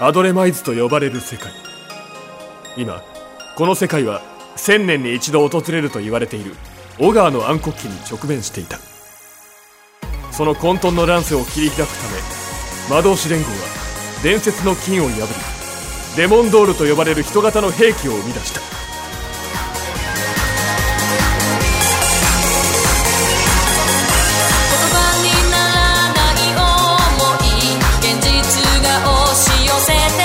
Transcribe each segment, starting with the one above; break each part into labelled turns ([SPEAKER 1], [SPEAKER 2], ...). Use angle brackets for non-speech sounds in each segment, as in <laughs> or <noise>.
[SPEAKER 1] アドレマイズと呼ばれる世界今この世界は千年に一度訪れると言われている小川の暗黒期に直面していたその混沌の乱世を切り開くため魔導士連合は伝説の金を破りデモンドールと呼ばれる人型の兵器を生み出した
[SPEAKER 2] 言葉にならない思い現実が押し寄せて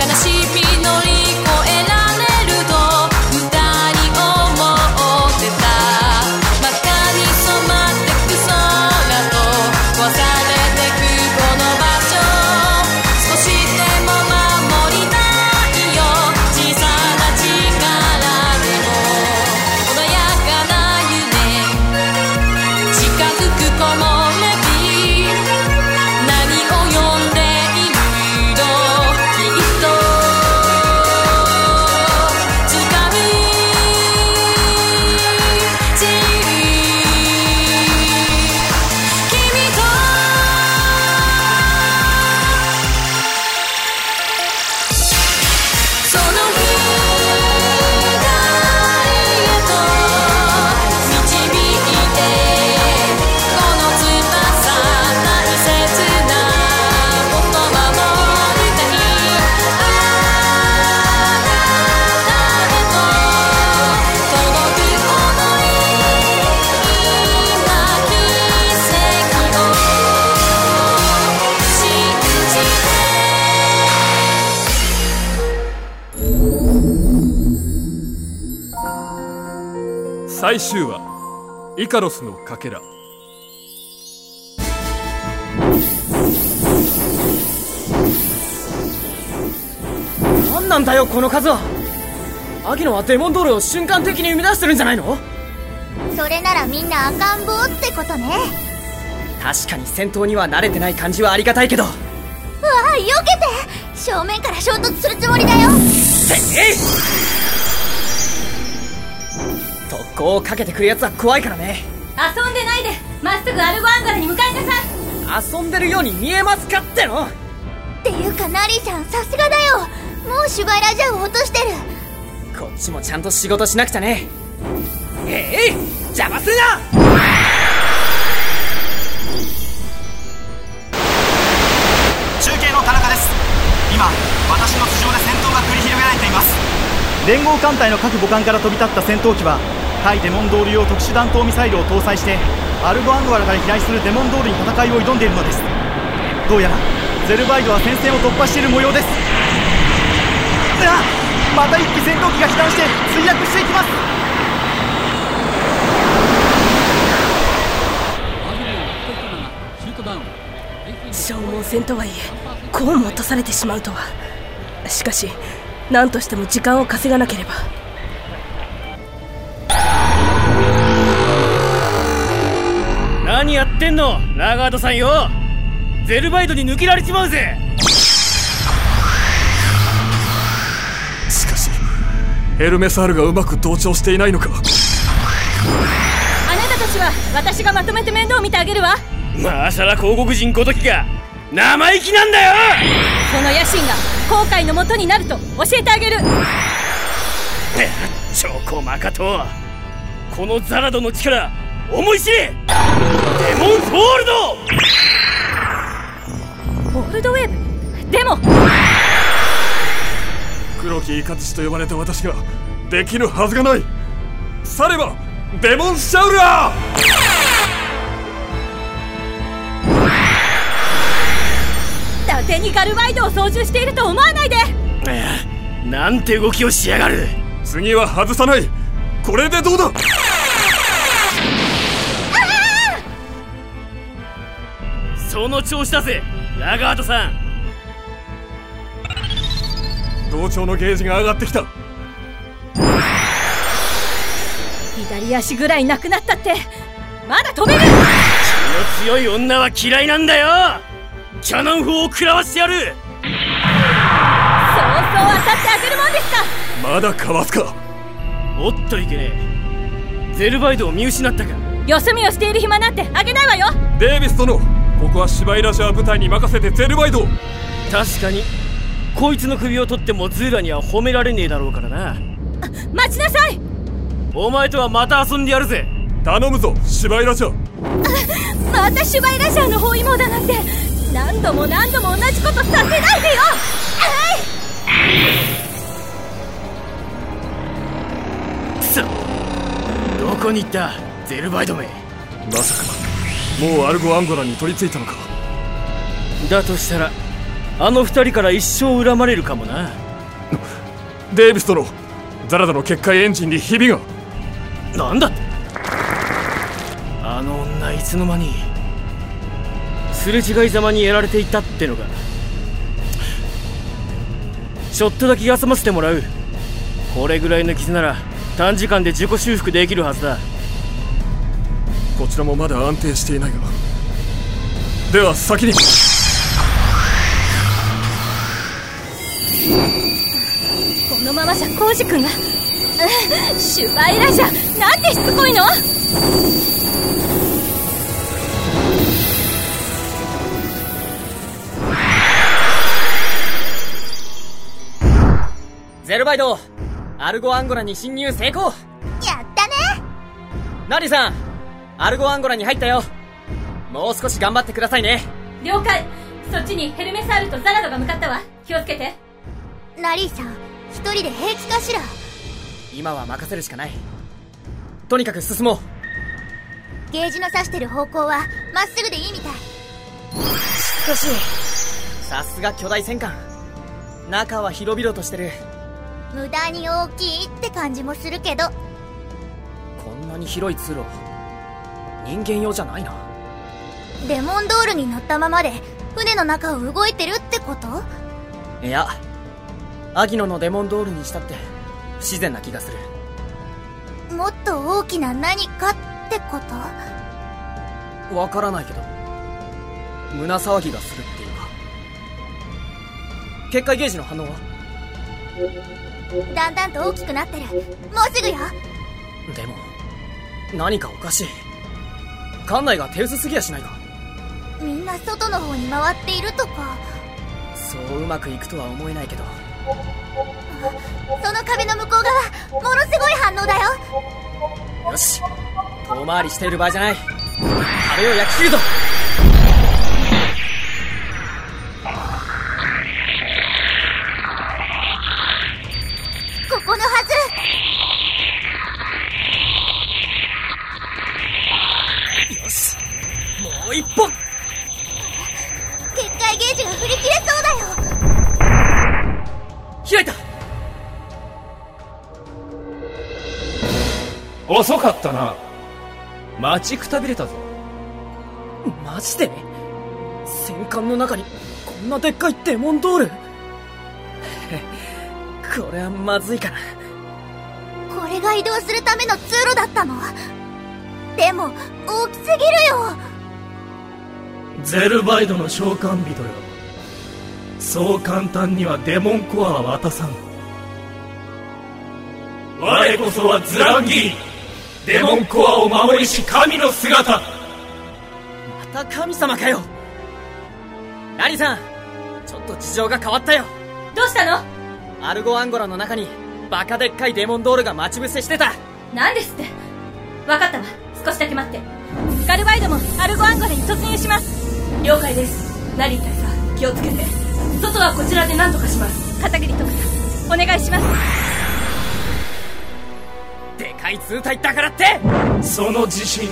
[SPEAKER 2] 悲しみ乗り越えられると二人思ってた真っ赤に染まってく空と壊されてくこの場所少しでも守りたいよ小さな力でも穏やかな夢近づく木漏れ日何を呼んでいるのきっと掴みじ君とその光へと導いてこの翼大切なもの守りたいあなたへと届く想い今奇跡を信じて
[SPEAKER 1] 最終話イカロスのかけら
[SPEAKER 3] 何なんだよこの数はアギノはデモンドールを瞬間的に生み出してるんじゃないの
[SPEAKER 4] それならみんな赤ん坊ってことね
[SPEAKER 3] 確かに戦闘には慣れてない感じはありがたいけど
[SPEAKER 4] うわあ避けて正面から衝突するつもりだよ
[SPEAKER 3] せえい特攻をかけてくるやつは怖いからね
[SPEAKER 5] 遊んでないでまっすぐアルゴアンガルに向かいなさい
[SPEAKER 3] 遊んでるように見えますかっての
[SPEAKER 4] っていうかナリーちゃんさすがだよもうシュバイラジャーを落としてる
[SPEAKER 3] こっちもちゃんと仕事しなくちゃねえい邪魔するな
[SPEAKER 6] 中継の田中です今私の頭上で戦闘が繰り広げられています連合艦隊の各母艦から飛び立った戦闘機は対デモンドール用特殊弾頭ミサイルを搭載してアルゴアンドアラから飛来するデモンドールに戦いを挑んでいるのですどうやらゼルバイドは戦線を突破している模様ですではまた一機戦闘機が飛弾して墜落していきます
[SPEAKER 7] 消耗戦とはいえこうも落とされてしまうとはしかし何としても時間を稼がなければ
[SPEAKER 3] 何やってんのラガードさんよゼルバイドに抜けられちまうぜ
[SPEAKER 1] しかしヘルメス・アルがうまく同調していないのか
[SPEAKER 5] あなたたちは私がまとめて面倒見てあげるわ
[SPEAKER 3] マーシャラ広告人ごときが生意気なんだよ
[SPEAKER 5] この野心が後悔のもとになると教えてあげる
[SPEAKER 3] チョコマカトこのザラドの力思い知れデモンホールド
[SPEAKER 5] オールドウェーブでも
[SPEAKER 1] 黒きイカチと呼ばれた私ができるはずがないさればデモンシャウラー
[SPEAKER 5] 伊達にガルワイドを操縦していると思わないで
[SPEAKER 3] なんて動きをしやがる
[SPEAKER 1] 次は外さないこれでどうだ
[SPEAKER 3] その調子だぜラガードさん
[SPEAKER 1] 同調のゲージが上がってきた
[SPEAKER 5] 左足ぐらいなくなったってまだ飛べる
[SPEAKER 3] 気の強い女は嫌いなんだよキャノン砲を食らわしてやる
[SPEAKER 5] そうそう当たってあげるもんですか
[SPEAKER 1] まだかわすか
[SPEAKER 3] おっといけねえゼルバイドを見失ったか
[SPEAKER 5] よそ見をしている暇なんてあげないわよ
[SPEAKER 1] デイビス殿ここは芝居ラジャー部隊に任せてゼルバイド
[SPEAKER 3] 確かにこいつの首を取ってもズーラには褒められねえだろうからな
[SPEAKER 5] 待ちなさい
[SPEAKER 3] お前とはまた遊んでやるぜ
[SPEAKER 1] 頼むぞ芝居ラジャー
[SPEAKER 5] またシュバイラジャーの包囲網だなんて何度も何度も同じことさせないでよ
[SPEAKER 3] くそどこに行ったゼルバイドめ
[SPEAKER 1] まさかもうアルゴアンゴラに取り付いたのか
[SPEAKER 3] だとしたらあの二人から一生恨まれるかもな
[SPEAKER 1] デイビス殿ザラダの結界エンジンにひびが
[SPEAKER 3] なんだってあの女いつの間にすれ違いざまにやられていたってのがちょっとだけ休ませてもらうこれぐらいの傷なら短時間で自己修復できるはずだ
[SPEAKER 1] こちらもまだ安定していないがでは先に
[SPEAKER 5] このままじゃコウジ君がうんシュバイラジャーなんてしつこいの
[SPEAKER 3] ゼルバイドアルゴアンゴラに侵入成功
[SPEAKER 4] やったね
[SPEAKER 3] ナリさんアルゴアンゴラに入ったよもう少し頑張ってくださいね
[SPEAKER 5] 了解そっちにヘルメサールとザラドが向かったわ気をつけて
[SPEAKER 4] ラリーさん一人で平気かしら
[SPEAKER 3] 今は任せるしかないとにかく進もう
[SPEAKER 4] ゲージの指してる方向はまっすぐでいいみたい
[SPEAKER 7] しかし
[SPEAKER 3] さすが巨大戦艦中は広々としてる
[SPEAKER 4] 無駄に大きいって感じもするけど
[SPEAKER 3] こんなに広い通路人間用じゃないな
[SPEAKER 4] デモンドールに乗ったままで船の中を動いてるってこと
[SPEAKER 3] いやアギノのデモンドールにしたって不自然な気がする
[SPEAKER 4] もっと大きな何かってこと
[SPEAKER 3] わからないけど胸騒ぎがするっていうか結界ゲージの反応は
[SPEAKER 4] だんだんと大きくなってるもうすぐよ
[SPEAKER 3] でも何かおかしい館内が手薄すぎやしないか
[SPEAKER 4] みんな外の方に回っているとか
[SPEAKER 3] そううまくいくとは思えないけど
[SPEAKER 4] その壁の向こう側ものすごい反応だよ
[SPEAKER 3] よし遠回りしている場合じゃない壁を焼き切るぞ
[SPEAKER 4] ここのはず
[SPEAKER 3] よしもう一本
[SPEAKER 4] 結界ゲージが振り切れそうだよ
[SPEAKER 3] 開いた
[SPEAKER 8] 遅かったな待ちくたびれたぞ
[SPEAKER 3] マジで戦艦の中にこんなでっかいデモンドール <laughs> これはまずいかな
[SPEAKER 4] これが移動するための通路だったのでも大きすぎるよ
[SPEAKER 8] ゼルバイドの召喚人よそう簡単にはデモンコアは渡さん我こそはズランギーニデモンコアを守りし神の姿
[SPEAKER 3] また神様かよラリさんちょっと事情が変わったよ
[SPEAKER 5] どうしたの
[SPEAKER 3] アルゴアンゴラの中にバカでっかいデモンドールが待ち伏せしてた
[SPEAKER 5] 何ですって分かったわ少しだけ待ってスカルバイドもアルゴアンゴラに突入します了解ですナリー大佐気をつけて外はこちらで何とかします片桐徳さんお願いします
[SPEAKER 3] でかい通体だからって
[SPEAKER 8] その自信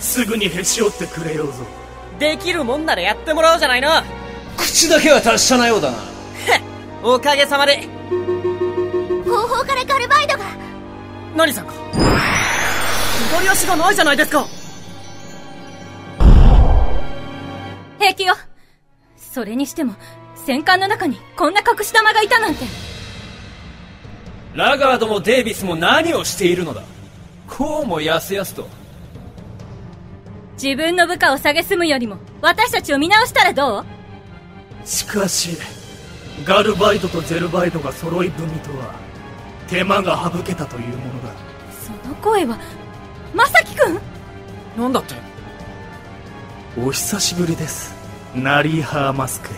[SPEAKER 8] すぐにへし折ってくれようぞ
[SPEAKER 3] できるもんならやってもらおうじゃないの
[SPEAKER 9] 口だけは達者なようだな
[SPEAKER 3] <laughs> おかげさまで
[SPEAKER 4] 後方からガルバイドが
[SPEAKER 3] 何さんか左足がないじゃないですか
[SPEAKER 5] 平気よそれにしても戦艦の中にこんな隠し玉がいたなんて
[SPEAKER 9] ラガードもデイビスも何をしているのだこうもやすやすと
[SPEAKER 5] 自分の部下を蔑むよりも私たちを見直したらどう
[SPEAKER 8] しかしガルバイドとゼルバイドが揃い踏みとは手間が省けたというものだ
[SPEAKER 5] その声はまさきくん
[SPEAKER 3] なんだって
[SPEAKER 8] お久しぶりですナリーハーマスク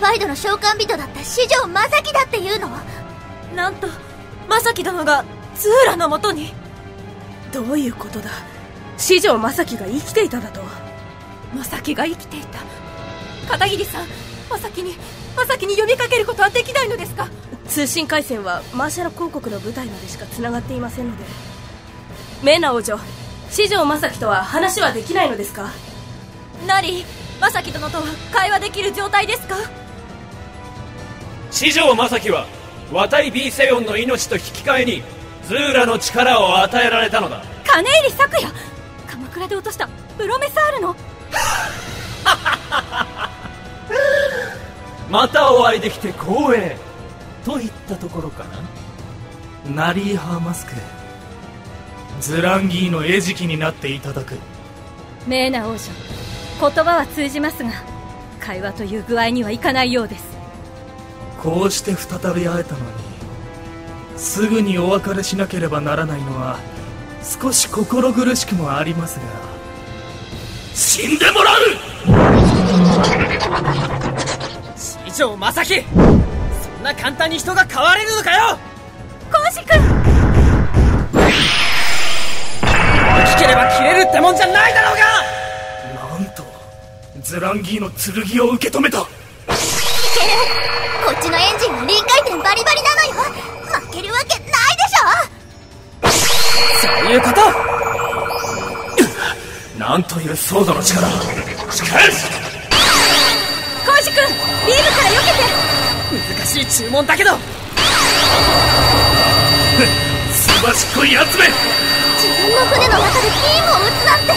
[SPEAKER 4] バイドの召喚人だった四条正樹だっていうの
[SPEAKER 5] なんと正樹殿がツーラのもとに
[SPEAKER 2] どういうことだ四条正樹が生きていただと
[SPEAKER 5] 正樹が生きていた片桐さん正樹に正樹に呼びかけることはできないのですか
[SPEAKER 2] 通信回線はマーシャル広告の舞台までしかつながっていませんのでメーナ王女四条正樹とは話はできないのですか
[SPEAKER 5] なり正樹殿とは会話できる状態ですか
[SPEAKER 10] 四条正樹は渡り B セヨンの命と引き換えにズーラの力を与えられたのだ
[SPEAKER 5] 金入咲也鎌倉で落としたプロメサールの
[SPEAKER 10] <laughs> またお会いできて光栄といったところか
[SPEAKER 1] ナリーハーマスクズランギーの餌食になっていただく
[SPEAKER 5] メーナ王女言葉は通じますが会話という具合にはいかないようです
[SPEAKER 1] こうして再び会えたのにすぐにお別れしなければならないのは少し心苦しくもありますが死んでもらう
[SPEAKER 3] 以上正樹そんな簡単に人が変われるのかよ
[SPEAKER 5] 講師君
[SPEAKER 3] 大きければ切れるってもんじゃないだろうが
[SPEAKER 1] なんとズランギーの剣を受け止めた
[SPEAKER 4] こっちのエンジンは臨界点バリバリなのよ負けるわけないでし
[SPEAKER 3] そういうこと
[SPEAKER 1] なんというソードの力しかし
[SPEAKER 5] 講師君ビームから避けて
[SPEAKER 3] 難しい注文だけど
[SPEAKER 1] すばしっこい集め
[SPEAKER 4] ょ自分の船の中でビームを撃つなんて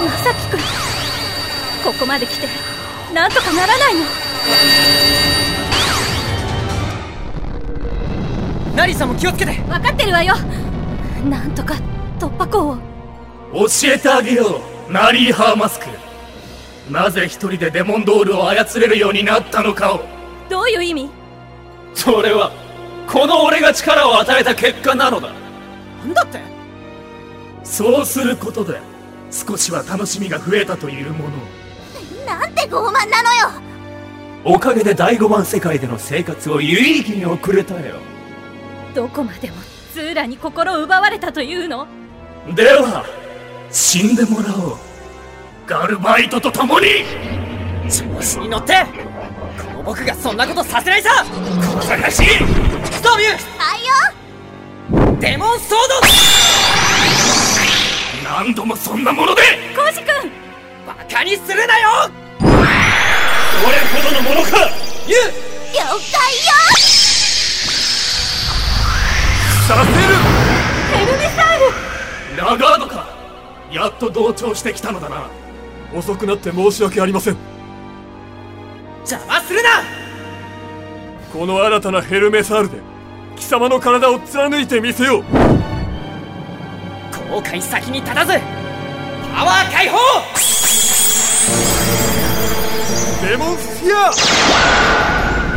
[SPEAKER 5] 正樹君ここまで来てなんとかならないの
[SPEAKER 3] ナリーさんも気をつけて
[SPEAKER 5] 分かってるわよなんとか突破口を
[SPEAKER 1] 教えてあげようナリーハーマスクなぜ一人でデモンドールを操れるようになったのかを
[SPEAKER 5] どういう意味
[SPEAKER 10] それはこの俺が力を与えた結果なのだ
[SPEAKER 3] なんだって
[SPEAKER 1] そうすることで少しは楽しみが増えたというもの
[SPEAKER 4] なんて傲慢なのよ
[SPEAKER 10] おかげで第5番世界での生活を有意義に送れたよ
[SPEAKER 5] どこまでもズーラに心を奪われたというの
[SPEAKER 1] では死んでもらおうガルバイトと共に
[SPEAKER 3] 調子に乗ってこの僕がそんなことさせないさ
[SPEAKER 1] 小探し
[SPEAKER 3] ストーミュ
[SPEAKER 4] はいよ
[SPEAKER 3] ーデモンソー
[SPEAKER 1] 何度もそんなもので
[SPEAKER 5] 講師君
[SPEAKER 3] ドバカにするなよ
[SPEAKER 1] どれほどのものか
[SPEAKER 3] ユウ
[SPEAKER 4] 了解よ
[SPEAKER 1] させ
[SPEAKER 5] ヘルメサール
[SPEAKER 1] るラガードかやっと同調してきたのだな
[SPEAKER 11] 遅くなって申し訳ありません
[SPEAKER 3] 邪魔するな
[SPEAKER 11] この新たなヘルメサールで貴様の体を貫いてみせよう
[SPEAKER 3] 後悔先に立たずパワー解放
[SPEAKER 11] デモンスフィ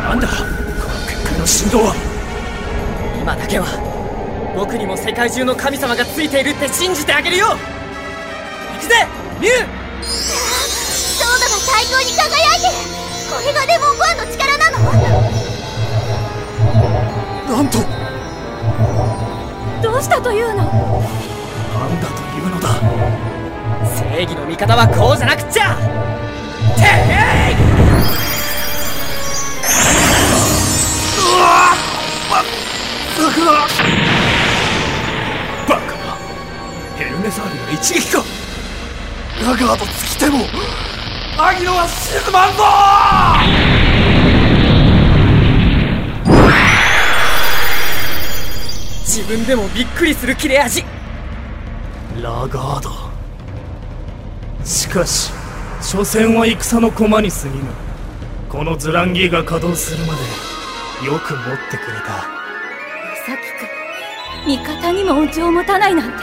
[SPEAKER 11] ア
[SPEAKER 1] なんだこの曲の振動は
[SPEAKER 3] 今だけは僕にも世界中の神様がついているって信じてあげるよ行くぜミュウ
[SPEAKER 4] ソードが最高に輝いてるこれがデモン1の力なの
[SPEAKER 11] なんと
[SPEAKER 5] どうしたという
[SPEAKER 1] な
[SPEAKER 5] の
[SPEAKER 1] んだというのだ
[SPEAKER 3] 正義の味方はこうじゃなくっちゃてへいう
[SPEAKER 1] バカヘルメサールが一撃かラガード尽きてもアギノは静まんぞ
[SPEAKER 3] 自分でもびっくりする切れ味
[SPEAKER 1] ラガードしかし所詮は戦の駒に過ぎぬこのズランギーが稼働するまでよく持ってくれた
[SPEAKER 5] 正樹君味方にも恩情を持たないなんて
[SPEAKER 3] な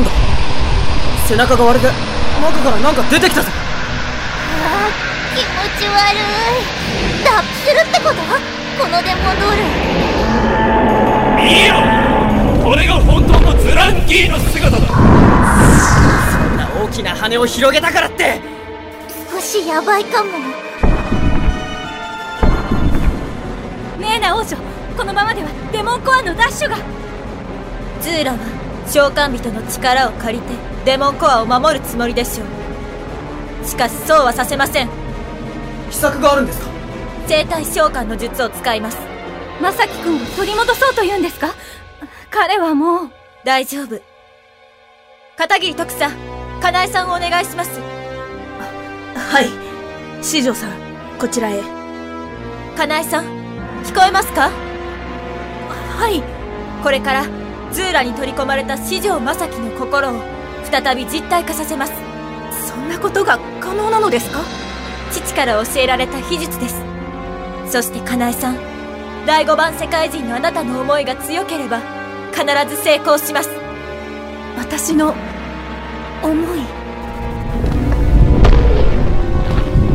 [SPEAKER 3] んだ背中が割れて中からなんか出てきたぞ
[SPEAKER 4] あー気持ち悪い脱皮するってことこのデモンドー
[SPEAKER 1] 見
[SPEAKER 4] ル
[SPEAKER 1] ろこれが本当のズランギーの姿だ
[SPEAKER 3] 大きな羽を広げたからって
[SPEAKER 4] 少しやばいかも
[SPEAKER 12] メーナ王女このままではデモンコアのダッシュが
[SPEAKER 5] ズーラは召喚人の力を借りてデモンコアを守るつもりでしょうしかしそうはさせません
[SPEAKER 3] 秘策があるんですか
[SPEAKER 5] 生体召喚の術を使います
[SPEAKER 12] まさきくんを取り戻そうというんですか彼はもう
[SPEAKER 5] 大丈夫片桐徳さんかなえさんをお願いします
[SPEAKER 13] はい四条さんこちらへ
[SPEAKER 5] かなえさん聞こえますか
[SPEAKER 13] はい
[SPEAKER 5] これからズーラに取り込まれた四条正樹の心を再び実体化させます
[SPEAKER 13] そんなことが可能なのですか
[SPEAKER 5] 父から教えられた秘術ですそしてかなえさん第5番世界人のあなたの思いが強ければ必ず成功します
[SPEAKER 13] 私の思い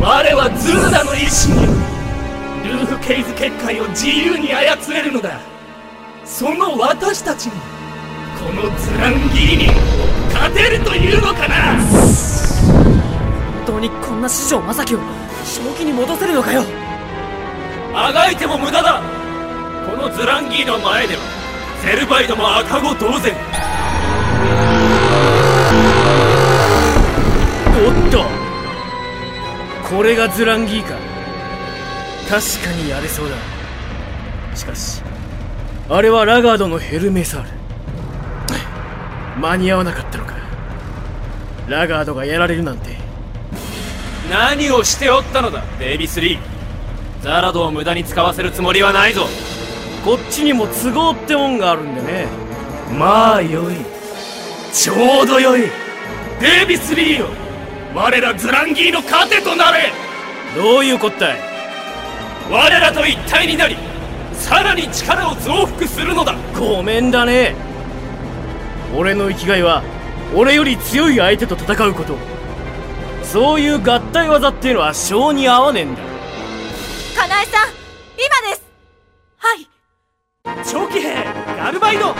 [SPEAKER 1] 我はズーダの意志によりルーフ・ケイズ結界を自由に操れるのだその私たちにこのズランギーに勝てるというのかな
[SPEAKER 3] 本当にこんな四条正樹を正気に戻せるのかよ
[SPEAKER 1] あがいても無駄だこのズランギーの前ではゼルバイドも赤子同然
[SPEAKER 3] おっとこれがズランギーか確かにやれそうだしかしあれはラガードのヘルメサール間に合わなかったのかラガードがやられるなんて
[SPEAKER 1] 何をしておったのだデイビス・リーザラドを無駄に使わせるつもりはないぞ
[SPEAKER 3] こっちにも都合ってもんがあるんだね
[SPEAKER 14] まあよいちょうどよい
[SPEAKER 1] デイビス・リーよ我らズランギーの糧となれ
[SPEAKER 3] どういうこったい
[SPEAKER 1] 我らと一体になりさらに力を増幅するのだ
[SPEAKER 3] ごめんだね俺の生きがいは俺より強い相手と戦うことそういう合体技っていうのは性に合わねえんだ
[SPEAKER 5] かなえさん今です
[SPEAKER 13] はい
[SPEAKER 1] 長騎兵ガルバイド